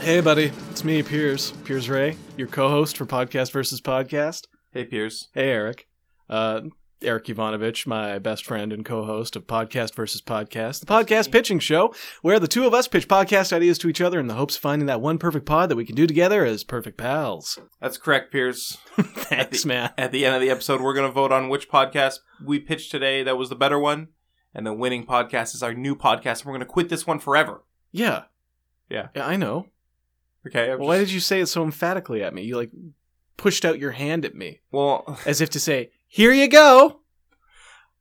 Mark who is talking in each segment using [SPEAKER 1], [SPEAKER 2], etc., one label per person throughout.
[SPEAKER 1] Hey, buddy. It's me, Piers. Piers Ray, your co host for Podcast versus Podcast.
[SPEAKER 2] Hey, Piers.
[SPEAKER 1] Hey, Eric. Uh, Eric Ivanovich, my best friend and co host of Podcast versus Podcast, the podcast pitching show where the two of us pitch podcast ideas to each other in the hopes of finding that one perfect pod that we can do together as perfect pals.
[SPEAKER 2] That's correct, Piers.
[SPEAKER 1] Thanks, man.
[SPEAKER 2] At the end of the episode, we're going to vote on which podcast we pitched today that was the better one. And the winning podcast is our new podcast. We're going to quit this one forever.
[SPEAKER 1] Yeah.
[SPEAKER 2] Yeah.
[SPEAKER 1] I know.
[SPEAKER 2] Okay. I'm
[SPEAKER 1] Why
[SPEAKER 2] just-
[SPEAKER 1] did you say it so emphatically at me? You, like, pushed out your hand at me
[SPEAKER 2] well,
[SPEAKER 1] as if to say, Here you go.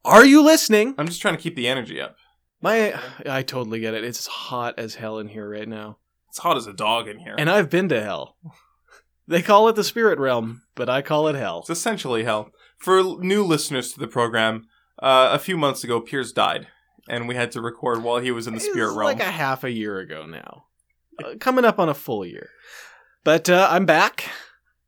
[SPEAKER 1] Are you listening?
[SPEAKER 2] I'm just trying to keep the energy up.
[SPEAKER 1] My, I totally get it. It's hot as hell in here right now,
[SPEAKER 2] It's hot as a dog in here.
[SPEAKER 1] and I've been to hell. They call it the spirit realm, but I call it hell.
[SPEAKER 2] it's essentially hell. For l- new listeners to the program, uh, a few months ago, Piers died. And we had to record while he was in the spirit
[SPEAKER 1] It's
[SPEAKER 2] realm.
[SPEAKER 1] like a half a year ago now, Uh, coming up on a full year. But uh, I'm back,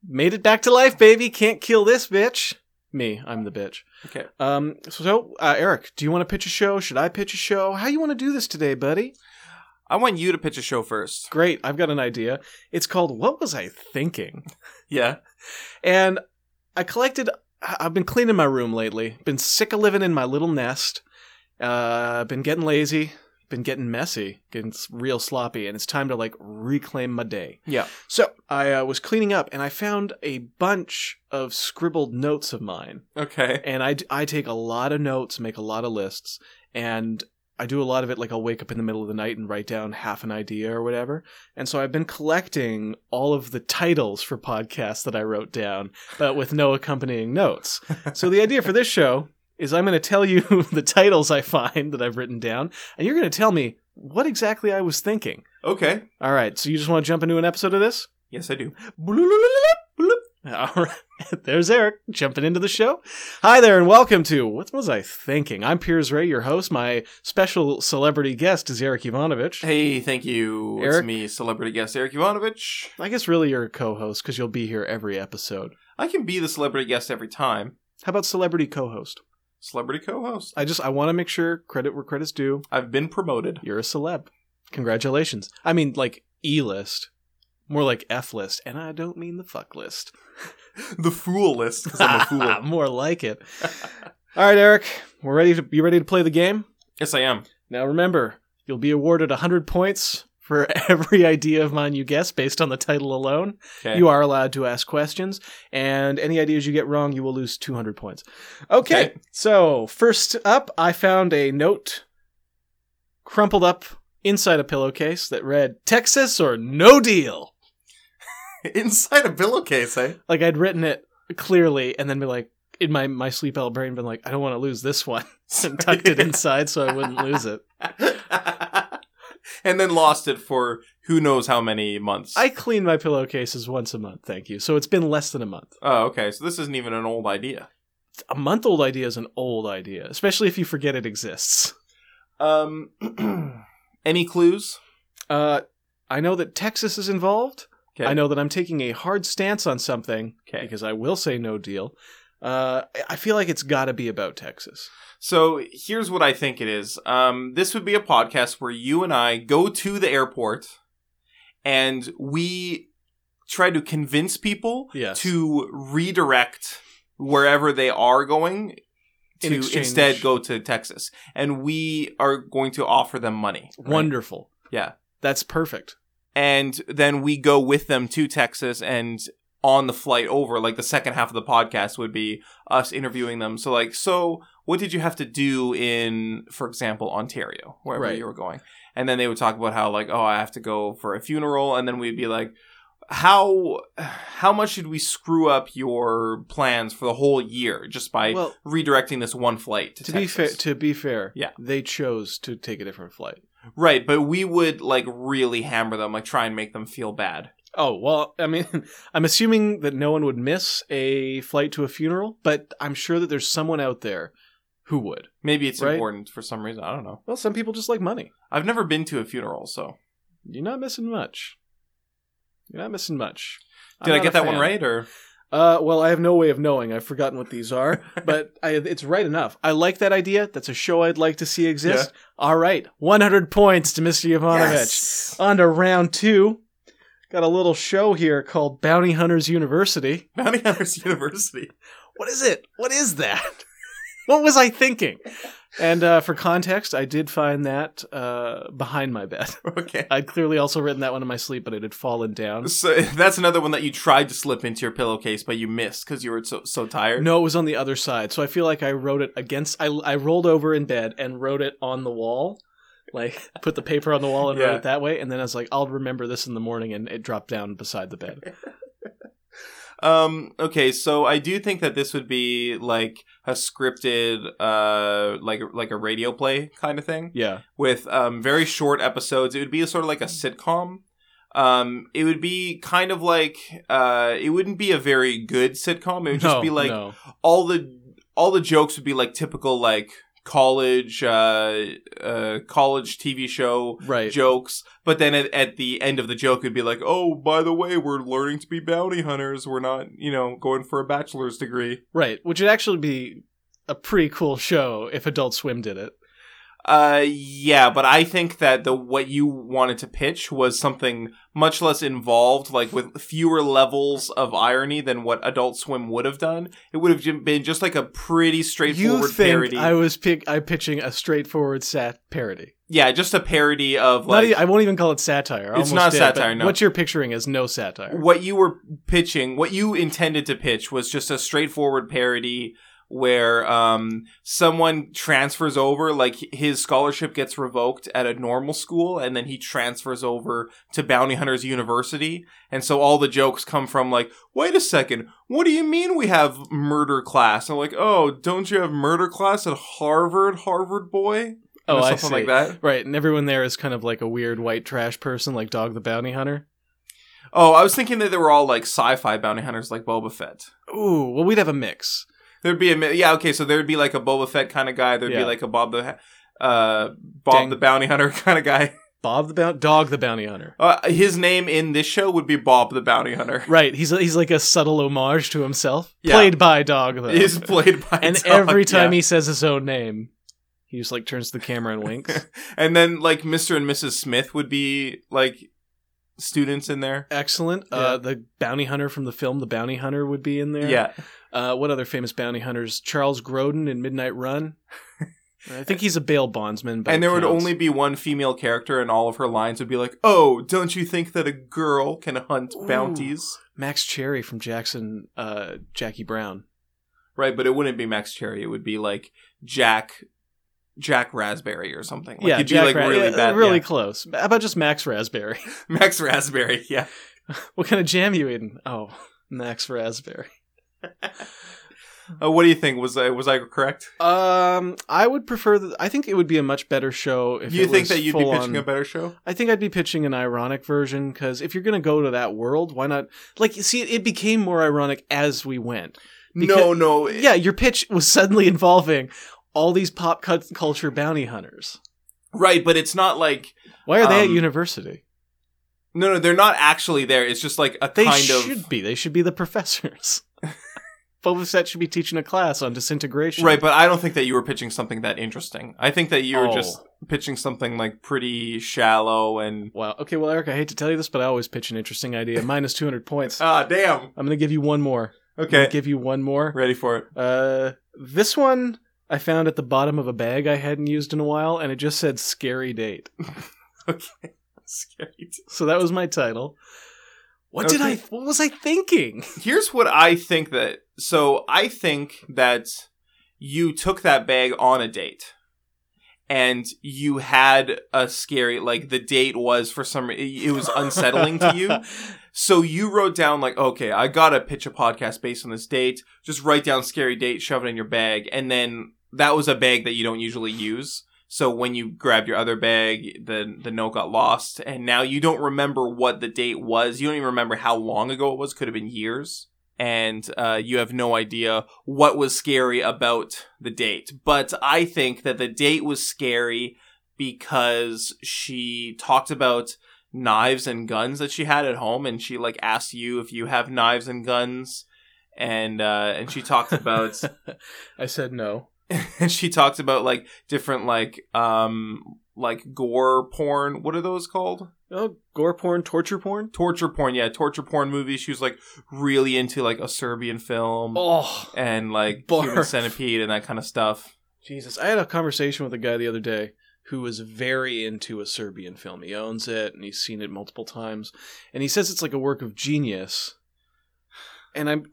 [SPEAKER 1] made it back to life, baby. Can't kill this bitch. Me, I'm the bitch.
[SPEAKER 2] Okay.
[SPEAKER 1] Um. So, uh, Eric, do you want to pitch a show? Should I pitch a show? How you want to do this today, buddy?
[SPEAKER 2] I want you to pitch a show first.
[SPEAKER 1] Great. I've got an idea. It's called "What Was I Thinking."
[SPEAKER 2] Yeah.
[SPEAKER 1] and I collected. I- I've been cleaning my room lately. Been sick of living in my little nest. Uh, been getting lazy. Been getting messy. Getting s- real sloppy, and it's time to like reclaim my day.
[SPEAKER 2] Yeah.
[SPEAKER 1] So I uh, was cleaning up, and I found a bunch of scribbled notes of mine.
[SPEAKER 2] Okay.
[SPEAKER 1] And I d- I take a lot of notes, make a lot of lists, and. I do a lot of it like I'll wake up in the middle of the night and write down half an idea or whatever. And so I've been collecting all of the titles for podcasts that I wrote down, but with no accompanying notes. So the idea for this show is I'm going to tell you the titles I find that I've written down, and you're going to tell me what exactly I was thinking.
[SPEAKER 2] Okay.
[SPEAKER 1] All right, so you just want to jump into an episode of this?
[SPEAKER 2] Yes, I do.
[SPEAKER 1] All right, there's Eric jumping into the show. Hi there, and welcome to What Was I Thinking? I'm Piers Ray, your host. My special celebrity guest is Eric Ivanovich.
[SPEAKER 2] Hey, thank you.
[SPEAKER 1] Eric?
[SPEAKER 2] It's me, celebrity guest Eric Ivanovich.
[SPEAKER 1] I guess really you're a co host because you'll be here every episode.
[SPEAKER 2] I can be the celebrity guest every time.
[SPEAKER 1] How about celebrity co host?
[SPEAKER 2] Celebrity co-host.
[SPEAKER 1] I just I want to make sure credit where credit's due.
[SPEAKER 2] I've been promoted.
[SPEAKER 1] You're a celeb. Congratulations. I mean like E list, more like F list, and I don't mean the fuck list.
[SPEAKER 2] The fool list because I'm a fool.
[SPEAKER 1] more like it. All right, Eric, we're ready to you ready to play the game?
[SPEAKER 2] yes, I am.
[SPEAKER 1] Now remember, you'll be awarded 100 points for every idea of mine you guess based on the title alone.
[SPEAKER 2] Okay.
[SPEAKER 1] You are allowed to ask questions, and any ideas you get wrong, you will lose 200 points. Okay,
[SPEAKER 2] Okay.
[SPEAKER 1] so first up, I found a note crumpled up inside a pillowcase that read, Texas or no deal.
[SPEAKER 2] inside a pillowcase. Eh?
[SPEAKER 1] Like I'd written it clearly and then be like, in my, my sleep out brain, been like, I don't want to lose this one. and tucked it inside so I wouldn't lose it.
[SPEAKER 2] and then lost it for who knows how many months.
[SPEAKER 1] I clean my pillowcases once a month, thank you. So it's been less than a month.
[SPEAKER 2] Oh, okay. So this isn't even an old idea.
[SPEAKER 1] A month old idea is an old idea, especially if you forget it exists.
[SPEAKER 2] Um, any clues?
[SPEAKER 1] Uh, I know that Texas is involved.
[SPEAKER 2] Okay.
[SPEAKER 1] I know that I'm taking a hard stance on something
[SPEAKER 2] Okay.
[SPEAKER 1] because I will say no deal. Uh, I- I feel like it's got to be about Texas.
[SPEAKER 2] So here's what I think it is. Um, this would be a podcast where you and I go to the airport and we try to convince people
[SPEAKER 1] Yes.
[SPEAKER 2] to redirect wherever they are going
[SPEAKER 1] In
[SPEAKER 2] to
[SPEAKER 1] exchange.
[SPEAKER 2] instead go to Texas. And we are going to offer them money. right?
[SPEAKER 1] Wonderful.
[SPEAKER 2] Yeah.
[SPEAKER 1] That's perfect.
[SPEAKER 2] And then we go with them to Texas and on the flight over, like the second half of the podcast would be us interviewing them. So like, so what did you have to do in, for example, Ontario, wherever
[SPEAKER 1] Right.
[SPEAKER 2] you were going? And then they would talk about how like, oh, I have to go for a funeral, and then we'd be like, how how much did we screw up your plans for the whole year just by
[SPEAKER 1] well,
[SPEAKER 2] redirecting this one flight to,
[SPEAKER 1] to be fair,
[SPEAKER 2] Texas?
[SPEAKER 1] to be fair,
[SPEAKER 2] Yeah.
[SPEAKER 1] they chose to take a different flight.
[SPEAKER 2] right? But we would like really hammer them, like try and make them feel bad.
[SPEAKER 1] Oh well, I mean, I'm assuming that no one would miss a flight to a funeral, but I'm sure that there's someone out there who would.
[SPEAKER 2] Maybe it's
[SPEAKER 1] Right.
[SPEAKER 2] important for some reason. I don't know.
[SPEAKER 1] Well, some people just like money.
[SPEAKER 2] I've never been to a funeral, so
[SPEAKER 1] You're not missing much. You're not missing much. I'm
[SPEAKER 2] did I
[SPEAKER 1] not
[SPEAKER 2] get
[SPEAKER 1] a
[SPEAKER 2] that one
[SPEAKER 1] fan.
[SPEAKER 2] right? Or
[SPEAKER 1] Uh, well, I have no way of knowing. I've forgotten what these are, but I, it's right enough. I like that idea. That's a show I'd like to see exist. All right, 100 points to Mr. Ivanovich. On to round two. got a little show here called Bounty Hunters University.
[SPEAKER 2] Bounty Hunters University.
[SPEAKER 1] What is it? What is that? what was I thinking? And uh, for context, I did find that uh, behind my bed.
[SPEAKER 2] Okay.
[SPEAKER 1] I'd clearly also written that one in my sleep, but it had fallen down.
[SPEAKER 2] So that's another one that you tried to slip into your pillowcase, but you missed because you were so, so tired.
[SPEAKER 1] No, it was on the other side. So I feel like I wrote it against. I, I rolled over in bed and wrote it on the wall. Like, put the paper on the wall and
[SPEAKER 2] Yeah.
[SPEAKER 1] wrote it that way. And then I was like, I'll remember this in the morning. And it dropped down beside the bed.
[SPEAKER 2] Um. Okay. So I do think that this would be like a scripted, uh, like like a radio play kind of thing
[SPEAKER 1] Yeah.
[SPEAKER 2] with um very short episodes. It would be sort of like a sitcom. Um, it would be kind of like uh, it wouldn't be a very good sitcom. It would just
[SPEAKER 1] No,
[SPEAKER 2] be like
[SPEAKER 1] no.
[SPEAKER 2] all the all the jokes would be like typical like college uh, uh college TV show
[SPEAKER 1] Right.
[SPEAKER 2] jokes but then at, at the end of the joke it'd be like oh by the way we're learning to be bounty hunters we're not you know going for a bachelor's degree
[SPEAKER 1] Right, which would actually be a pretty cool show if Adult Swim did it.
[SPEAKER 2] uh yeah but i think that the what you wanted to pitch was something much less involved like with fewer levels of irony than what adult swim would have done it would have ju- been just like a pretty straightforward
[SPEAKER 1] you think
[SPEAKER 2] parody
[SPEAKER 1] I was pick- I pitching a straightforward sat parody?
[SPEAKER 2] yeah just a parody of
[SPEAKER 1] Not
[SPEAKER 2] like
[SPEAKER 1] e- I won't even call it satire. I
[SPEAKER 2] It's
[SPEAKER 1] almost
[SPEAKER 2] not
[SPEAKER 1] did, but
[SPEAKER 2] satire, no.
[SPEAKER 1] What you're picturing is no satire.
[SPEAKER 2] what you were pitching, what you intended to pitch was just a straightforward parody where um, someone transfers over, like his scholarship gets revoked at a normal school, and then he transfers over to Bounty Hunters University. And so all the jokes come from, like, wait a second, what do you mean we have murder class? And like, oh, don't you have murder class at Harvard, Harvard boy?
[SPEAKER 1] Oh,
[SPEAKER 2] or
[SPEAKER 1] I
[SPEAKER 2] something
[SPEAKER 1] see.
[SPEAKER 2] like that.
[SPEAKER 1] Right, and everyone there is kind of like a weird white trash person, like Dog the Bounty Hunter.
[SPEAKER 2] Oh, I was thinking that they were all like sci-fi bounty hunters, like Boba Fett.
[SPEAKER 1] Ooh, well, we'd have a mix.
[SPEAKER 2] There'd be a mi- yeah okay, so there'd be like a Boba Fett kind of guy. There'd be
[SPEAKER 1] Yeah.
[SPEAKER 2] like a Bob the Ha- uh Bob
[SPEAKER 1] Dang.
[SPEAKER 2] the Bounty Hunter kind of guy.
[SPEAKER 1] Bob the Bounty, Dog the Bounty Hunter.
[SPEAKER 2] Uh, his name in this show would be Bob the Bounty Hunter.
[SPEAKER 1] Right, he's he's like a subtle homage to himself,
[SPEAKER 2] Yeah.
[SPEAKER 1] played by Dog though.
[SPEAKER 2] Is played by
[SPEAKER 1] and every time he says his own name, he just like turns to the camera and winks.
[SPEAKER 2] and then like Mr. and Mrs. Smith would be like students in there.
[SPEAKER 1] Excellent.
[SPEAKER 2] Yeah.
[SPEAKER 1] Uh, the bounty hunter from the film The Bounty Hunter would be in there.
[SPEAKER 2] Yeah,
[SPEAKER 1] Uh, what other famous bounty hunters? Charles Grodin in Midnight Run. I think he's a bail bondsman. But
[SPEAKER 2] and there
[SPEAKER 1] it
[SPEAKER 2] would
[SPEAKER 1] counts.
[SPEAKER 2] only be one female character, and all of her lines would be like, "Oh, don't you think that a girl can hunt
[SPEAKER 1] Ooh.
[SPEAKER 2] bounties?"
[SPEAKER 1] Max Cherry from Jackson, uh, Jackie Brown.
[SPEAKER 2] Right, but it wouldn't be Max Cherry. It would be like Jack, Jack Raspberry or something. Like,
[SPEAKER 1] yeah,
[SPEAKER 2] you'd
[SPEAKER 1] Jack
[SPEAKER 2] be like
[SPEAKER 1] Ra-
[SPEAKER 2] really
[SPEAKER 1] yeah,
[SPEAKER 2] bad.
[SPEAKER 1] really
[SPEAKER 2] yeah.
[SPEAKER 1] close. How about just Max Raspberry?
[SPEAKER 2] Max Raspberry. Yeah,
[SPEAKER 1] what kind of jam you eating? Oh, Max Raspberry.
[SPEAKER 2] Uh, what do you think? Was I was I correct?
[SPEAKER 1] Um, I would prefer. The, I think it would be a much better show if
[SPEAKER 2] you
[SPEAKER 1] it
[SPEAKER 2] think
[SPEAKER 1] was
[SPEAKER 2] that you'd be
[SPEAKER 1] full on-
[SPEAKER 2] pitching a better show?
[SPEAKER 1] I think I'd be pitching an ironic version because if you're going to go to that world, why not? Like, you see, it became more ironic as we went.
[SPEAKER 2] no, no.
[SPEAKER 1] Yeah, your pitch was suddenly involving all these pop cut culture bounty hunters.
[SPEAKER 2] right, but it's not like
[SPEAKER 1] Why are they at
[SPEAKER 2] Um,
[SPEAKER 1] university?
[SPEAKER 2] no, no. They're not actually there. It's just like a
[SPEAKER 1] They
[SPEAKER 2] kind
[SPEAKER 1] should be. They should be the professors. Boba Fett should be teaching a class on
[SPEAKER 2] of
[SPEAKER 1] disintegration.
[SPEAKER 2] right, but I don't think that you were pitching something that interesting. I think that you were
[SPEAKER 1] Oh.
[SPEAKER 2] just pitching something like pretty shallow and
[SPEAKER 1] Wow. Okay, well, Eric, I hate to tell you this, but I always pitch an interesting idea. Minus 200 points.
[SPEAKER 2] ah, damn.
[SPEAKER 1] I'm going to give you one more. I'm
[SPEAKER 2] Okay,
[SPEAKER 1] gonna give you one more.
[SPEAKER 2] ready for it.
[SPEAKER 1] Uh, this one I found at the bottom of a bag I hadn't used in a while, and it just said "scary date."
[SPEAKER 2] Scary.
[SPEAKER 1] So that was my title. What did I?
[SPEAKER 2] Okay.
[SPEAKER 1] What was I thinking?
[SPEAKER 2] here's what I think that so I think that you took that bag on a date and you had a scary like the date was for some it it was unsettling to you so you wrote down like okay I got to pitch a podcast based on this date just write down scary date shove it in your bag and then that was a bag that you don't usually use so when you grabbed your other bag the the note got lost and now you don't remember what the date was you don't even remember how long ago it was could have been years and uh, you have no idea what was scary about the date. But I think that the date was scary because she talked about knives and guns that she had at home, and she like asked you if you have knives and guns, and uh, and she talked about
[SPEAKER 1] I said no.
[SPEAKER 2] and she talked about like different like um like gore porn. What are those called?
[SPEAKER 1] Oh, gore porn, torture porn.
[SPEAKER 2] Torture porn. Yeah, torture porn movies. She was like really into like a Serbian film
[SPEAKER 1] Oh,
[SPEAKER 2] and like
[SPEAKER 1] barf.
[SPEAKER 2] Human Centipede and that kind of stuff.
[SPEAKER 1] Jesus. I had a conversation with a guy the other day who was very into a Serbian film. He owns it and he's seen it multiple times. And he says it's like a work of genius. And I'm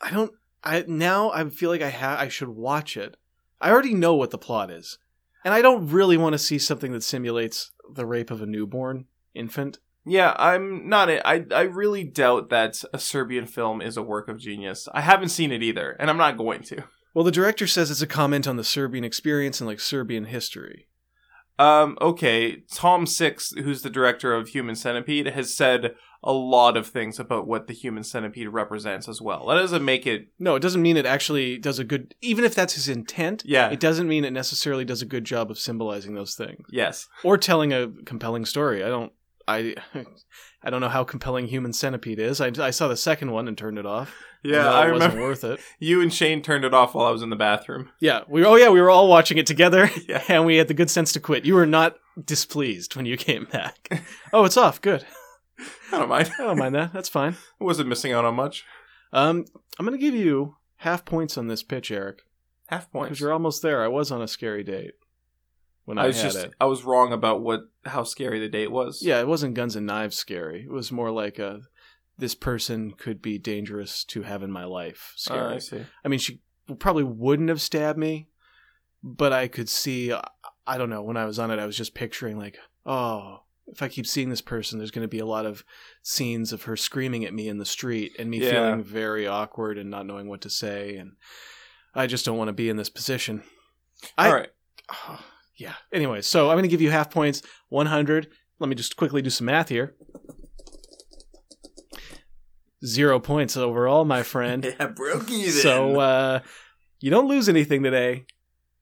[SPEAKER 1] I don't I now I feel like I ha- I should watch it. I already know what the plot is. And I don't really want to see something that simulates the rape of a newborn infant.
[SPEAKER 2] Yeah, I'm not. A, I I really doubt that a Serbian film is a work of genius. I haven't seen it either, and I'm not going to.
[SPEAKER 1] Well, the director says it's a comment on the Serbian experience and like Serbian history.
[SPEAKER 2] Um, okay, Tom Six, who's the director of Human Centipede, has said a lot of things about what the Human Centipede represents as well. That doesn't make it.
[SPEAKER 1] No, it doesn't mean it actually does a good even if that's his intent.
[SPEAKER 2] Yeah.
[SPEAKER 1] It doesn't mean it necessarily does a good job of symbolizing those things
[SPEAKER 2] yes.
[SPEAKER 1] or telling a compelling story. I don't I I don't know how compelling Human Centipede is. I, I saw the second one and turned it off.
[SPEAKER 2] Yeah,
[SPEAKER 1] No,
[SPEAKER 2] I
[SPEAKER 1] it wasn't
[SPEAKER 2] remember
[SPEAKER 1] worth it.
[SPEAKER 2] you and Shane turned it off while I was in the bathroom.
[SPEAKER 1] Yeah, we oh yeah, we were all watching it together
[SPEAKER 2] Yeah.
[SPEAKER 1] and we had the good sense to quit. You were not displeased when you came back. oh, it's off. Good.
[SPEAKER 2] I don't mind.
[SPEAKER 1] I don't mind that. That's fine.
[SPEAKER 2] I wasn't missing out on much.
[SPEAKER 1] Um I'm going to give you half points on this pitch, Eric,
[SPEAKER 2] Half
[SPEAKER 1] cuz
[SPEAKER 2] points.
[SPEAKER 1] you're almost there. I was on a scary date when I,
[SPEAKER 2] I was
[SPEAKER 1] had
[SPEAKER 2] just
[SPEAKER 1] it.
[SPEAKER 2] I was wrong about what how scary the date was.
[SPEAKER 1] Yeah, it wasn't guns and knives scary. It was more like a this person could be dangerous to have in my life
[SPEAKER 2] Uh,
[SPEAKER 1] scary.
[SPEAKER 2] I see.
[SPEAKER 1] I mean, she probably wouldn't have stabbed me, but I could see. I- I don't know. When I was on it, I was just picturing like, oh, if I keep seeing this person, there's going to be a lot of scenes of her screaming at me in the street and me
[SPEAKER 2] Yeah.
[SPEAKER 1] feeling very awkward and not knowing what to say, and I just don't want to be in this position. I-
[SPEAKER 2] All right.
[SPEAKER 1] yeah. Anyway, so I'm going to give you half points, 100. Let me just quickly do some math here. Zero points overall, my friend.
[SPEAKER 2] I broke you.
[SPEAKER 1] so uh, you don't lose anything today,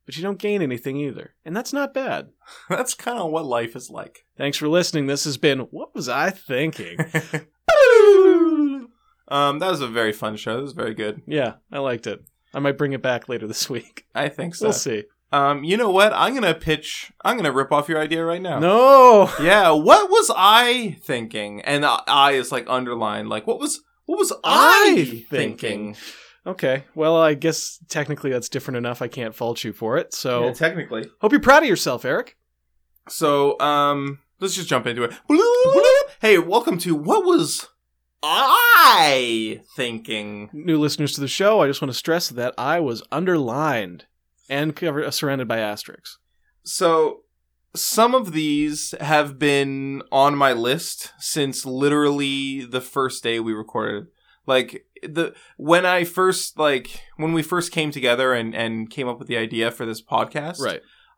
[SPEAKER 1] but you don't gain anything either. And that's not bad.
[SPEAKER 2] that's kind of what life is like.
[SPEAKER 1] Thanks for listening. This has been What Was I Thinking?
[SPEAKER 2] um, that was a very fun show. That was very good.
[SPEAKER 1] yeah, I liked it. I might bring it back later this week.
[SPEAKER 2] I think so.
[SPEAKER 1] We'll see.
[SPEAKER 2] Um, you know what? I'm gonna pitch. I'm gonna rip off your idea right now.
[SPEAKER 1] No!
[SPEAKER 2] Yeah. What was I thinking? And I- I is like underlined. Like what was what was
[SPEAKER 1] I
[SPEAKER 2] I
[SPEAKER 1] thinking.
[SPEAKER 2] thinking?
[SPEAKER 1] Okay, well, I guess technically that's different enough. I can't fault you for it. So,
[SPEAKER 2] Yeah, technically.
[SPEAKER 1] hope you're proud of yourself, Eric.
[SPEAKER 2] So um, let's just jump into it. Hey, welcome to what was I thinking?
[SPEAKER 1] new listeners to the show, I just want to stress that I was underlined and covered, uh, surrounded by asterisks.
[SPEAKER 2] So some of these have been on my list since literally the first day we recorded. Like the when I first like when we first came together and and came up with the idea for this podcast,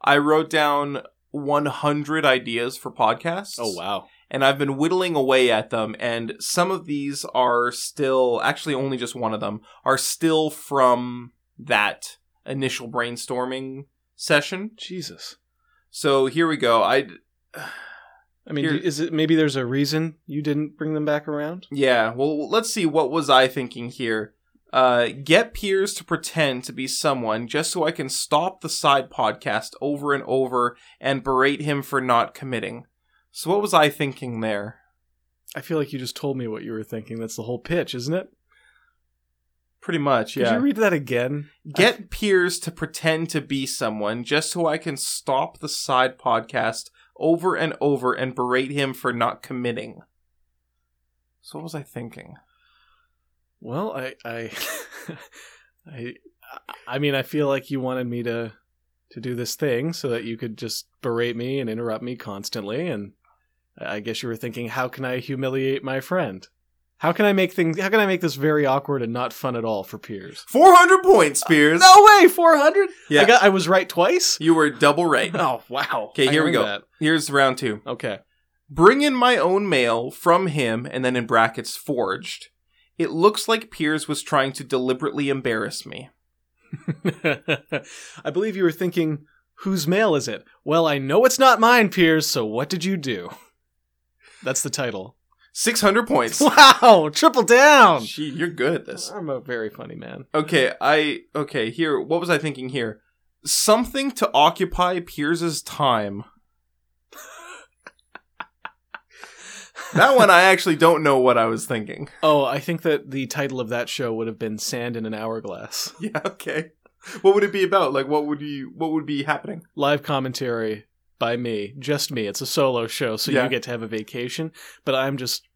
[SPEAKER 2] I wrote down 100 ideas for podcasts.
[SPEAKER 1] Oh wow.
[SPEAKER 2] and I've been whittling away at them. And some of these are still, actually, only just one of them are still from that initial brainstorming session.
[SPEAKER 1] Jesus.
[SPEAKER 2] So here we go. I
[SPEAKER 1] I mean,
[SPEAKER 2] Here-
[SPEAKER 1] do- is it maybe there's a reason you didn't bring them back around?
[SPEAKER 2] yeah. Well, let's see. What was I thinking here? Uh, get peers to pretend to be someone just so I can stop the side podcast over and over and berate him for not committing. So what was I thinking there?
[SPEAKER 1] I feel like you just told me what you were thinking. That's the whole pitch, isn't it?
[SPEAKER 2] Pretty much,
[SPEAKER 1] Could
[SPEAKER 2] yeah.
[SPEAKER 1] you read that again?
[SPEAKER 2] Get peers to pretend to be someone just so I can stop the side podcast over and over and berate him for not committing. So what was I thinking?
[SPEAKER 1] Well, I, I, I, I mean, I feel like you wanted me to to do this thing so that you could just berate me and interrupt me constantly, and I I guess you were thinking, how can I humiliate my friend? How can I make things? How can I make this very awkward and not fun at all for peers?
[SPEAKER 2] 400 points, Peers.
[SPEAKER 1] Uh, No way, four hundred.
[SPEAKER 2] Yeah.
[SPEAKER 1] I, got, I was right twice.
[SPEAKER 2] You were double right.
[SPEAKER 1] Oh wow.
[SPEAKER 2] 'Kay,
[SPEAKER 1] I
[SPEAKER 2] here we
[SPEAKER 1] earned
[SPEAKER 2] go.
[SPEAKER 1] that.
[SPEAKER 2] Here's round 2.
[SPEAKER 1] Okay.
[SPEAKER 2] Bring in my own mail from him and then in brackets forged. It looks like Piers was trying to deliberately embarrass me.
[SPEAKER 1] I believe you were thinking, whose mail is it? Well, I know it's not mine, Piers, so what did you do? That's the title.
[SPEAKER 2] 600 points.
[SPEAKER 1] Wow, triple down.
[SPEAKER 2] Gee, you're good at this.
[SPEAKER 1] I'm a very funny man.
[SPEAKER 2] Okay, I okay, here what was I thinking here? Something to occupy Piers's time. That one I actually don't know what I was thinking.
[SPEAKER 1] Oh, I think that the title of that show would have been Sand in an Hourglass.
[SPEAKER 2] Yeah, okay. What would it be about? Like what would you what would be happening?
[SPEAKER 1] Live commentary by me, just me. It's a solo show, so
[SPEAKER 2] Yeah.
[SPEAKER 1] you get to have a vacation, but I'm just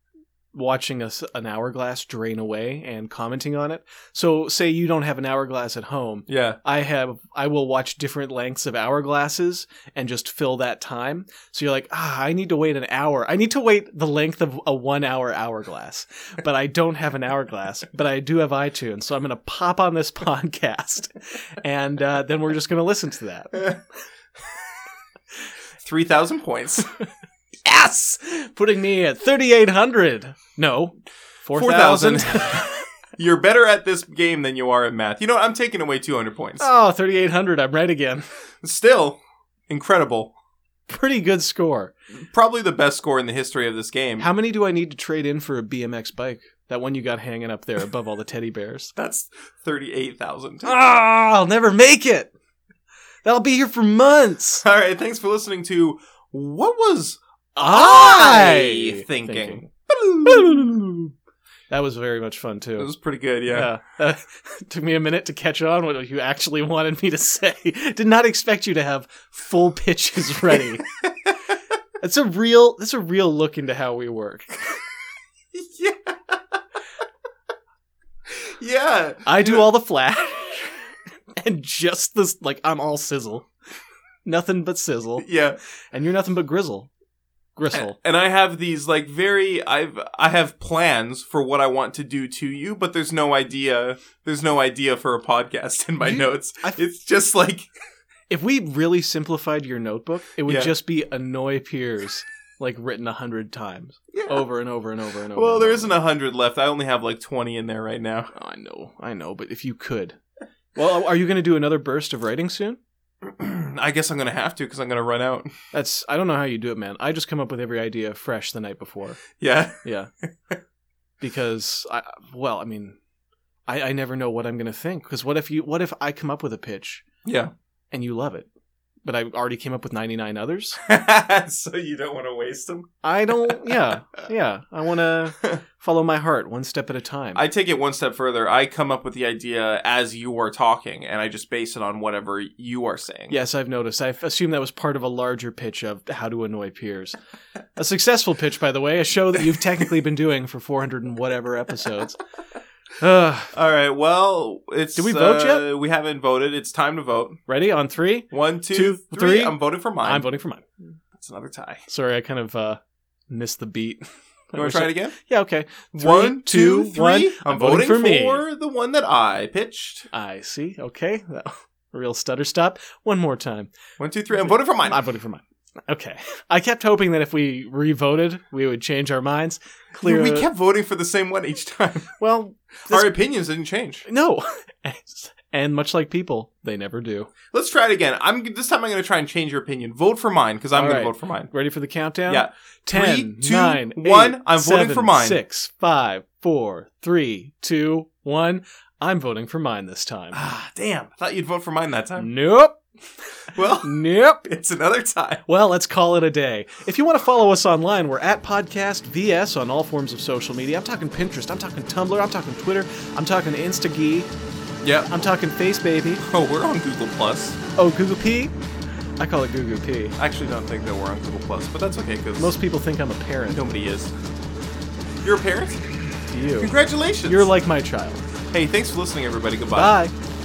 [SPEAKER 1] watching us an hourglass drain away and commenting on it. So say you don't have an hourglass at home,
[SPEAKER 2] Yeah.
[SPEAKER 1] I have I will watch different lengths of hourglasses and just fill that time. So you're like, ah, I need to wait an hour. I need to wait the length of a one hour hourglass, but I don't have an hourglass, but I do have iTunes, so I'm gonna pop on this podcast, and uh, then we're just gonna listen to that.
[SPEAKER 2] 3000 points. yes.
[SPEAKER 1] Putting me at 3,800. No, 4,000.
[SPEAKER 2] 4000. You're better at this game than you are at math. You know, what? I'm taking away 200 points.
[SPEAKER 1] oh, 3,800. I'm right again.
[SPEAKER 2] Still incredible.
[SPEAKER 1] Pretty good score.
[SPEAKER 2] Probably the best score in the history of this game.
[SPEAKER 1] How many do I need to trade in for a BMX bike? That one you got hanging up there above all the teddy bears.
[SPEAKER 2] That's 38,000. All
[SPEAKER 1] Ah, I'll never make it. That'll be here for months.
[SPEAKER 2] right, thanks for listening to What Was I Thinking?
[SPEAKER 1] thinking. That was very much fun
[SPEAKER 2] It
[SPEAKER 1] too.
[SPEAKER 2] was pretty good, yeah.
[SPEAKER 1] Yeah. Uh, took me a minute to catch on what you actually wanted me to say. Did not expect you to have full pitches ready. That's a real. That's a real look into how we work.
[SPEAKER 2] Yeah. yeah.
[SPEAKER 1] I do all the flash, and just this. Like I'm all sizzle, nothing but sizzle,
[SPEAKER 2] Yeah.
[SPEAKER 1] and you're nothing but grizzle, gristle.
[SPEAKER 2] And I have these like very I've I have plans for what I want to do to you, but there's no idea there's no idea for a podcast in my
[SPEAKER 1] You-
[SPEAKER 2] notes.
[SPEAKER 1] I-
[SPEAKER 2] It's just like
[SPEAKER 1] If we really simplified your notebook, it would
[SPEAKER 2] Yeah.
[SPEAKER 1] just be annoy peers like written a hundred times
[SPEAKER 2] yeah.
[SPEAKER 1] over and over and over and over.
[SPEAKER 2] well,
[SPEAKER 1] and
[SPEAKER 2] there
[SPEAKER 1] over.
[SPEAKER 2] isn't a hundred left. I only have like twenty in there right now.
[SPEAKER 1] Oh, I know, I know, but if you could. Well, are you going to do another burst of writing soon?
[SPEAKER 2] I guess I'm gonna have to because I'm gonna run out.
[SPEAKER 1] That's I don't know how you do it, man. I just come up with every idea fresh the night before.
[SPEAKER 2] Yeah.
[SPEAKER 1] Yeah, because I well, I mean, I, I never know what I'm going to think. Because what if you what if I come up with a pitch
[SPEAKER 2] Yeah.
[SPEAKER 1] and you love it, but I already came up with 99 others.
[SPEAKER 2] so you don't want to waste them.
[SPEAKER 1] I don't. Yeah, yeah. I want to follow my heart one step at a time.
[SPEAKER 2] I take it one step further. I come up with the idea as you are talking, and I just base it on whatever you are saying.
[SPEAKER 1] Yes, I've noticed. I assume that was part of a larger pitch of how to annoy peers. A successful pitch, by the way, a show that you've technically been doing for 400 and whatever episodes. Ugh.
[SPEAKER 2] All right. Well, it's.
[SPEAKER 1] Did we vote
[SPEAKER 2] uh, We haven't voted. It's time to vote.
[SPEAKER 1] ready on three?
[SPEAKER 2] One, two,
[SPEAKER 1] Two,
[SPEAKER 2] three.
[SPEAKER 1] three.
[SPEAKER 2] I'm voting for mine.
[SPEAKER 1] I'm voting for mine.
[SPEAKER 2] It's another tie.
[SPEAKER 1] Sorry, I kind of uh, missed the beat.
[SPEAKER 2] You want to try it again?
[SPEAKER 1] Yeah, okay. Three,
[SPEAKER 2] one, two,
[SPEAKER 1] two,
[SPEAKER 2] three.
[SPEAKER 1] one.
[SPEAKER 2] I'm,
[SPEAKER 1] I'm
[SPEAKER 2] voting,
[SPEAKER 1] voting for me.
[SPEAKER 2] for the one that I pitched.
[SPEAKER 1] I see. Okay. Real stutter stop. One more time.
[SPEAKER 2] One, two, three. I'm voting for mine.
[SPEAKER 1] I'm voting for mine. Okay. I kept hoping that if we re-voted, we would change our minds. Clear.
[SPEAKER 2] We kept voting for the same one each time.
[SPEAKER 1] well, This-
[SPEAKER 2] Our opinions didn't change.
[SPEAKER 1] no. and much like people, they never do.
[SPEAKER 2] Let's try it again. I'm this time. I'm going to try and change your opinion. Vote for mine because I'm
[SPEAKER 1] All
[SPEAKER 2] going to
[SPEAKER 1] right.
[SPEAKER 2] vote for mine.
[SPEAKER 1] Ready for the countdown?
[SPEAKER 2] Yeah.
[SPEAKER 1] 10,
[SPEAKER 2] Three, two,
[SPEAKER 1] 9,
[SPEAKER 2] one.
[SPEAKER 1] eight,
[SPEAKER 2] I'm voting
[SPEAKER 1] seven,
[SPEAKER 2] for mine.
[SPEAKER 1] six, five, four, three, two, one. I'm voting for mine this time.
[SPEAKER 2] Ah, damn! I thought you'd vote for mine that time.
[SPEAKER 1] nope.
[SPEAKER 2] Well,
[SPEAKER 1] Nope.
[SPEAKER 2] it's another tie.
[SPEAKER 1] Well, let's call it a day. If you want to follow us online, we're at Podcast VS on all forms of social media. I'm talking Pinterest, I'm talking Tumblr, I'm talking Twitter, I'm talking Instagee,
[SPEAKER 2] Yeah.
[SPEAKER 1] I'm talking Face Baby.
[SPEAKER 2] Oh, we're on Google Plus.
[SPEAKER 1] Oh, Google P? I call it Google P.
[SPEAKER 2] I actually don't think that we're on Google Plus, but that's okay because
[SPEAKER 1] Most people think I'm a parent.
[SPEAKER 2] nobody is. You're a parent.
[SPEAKER 1] to you.
[SPEAKER 2] Congratulations.
[SPEAKER 1] You're like my child.
[SPEAKER 2] Hey, thanks for listening, everybody. Goodbye.
[SPEAKER 1] Bye.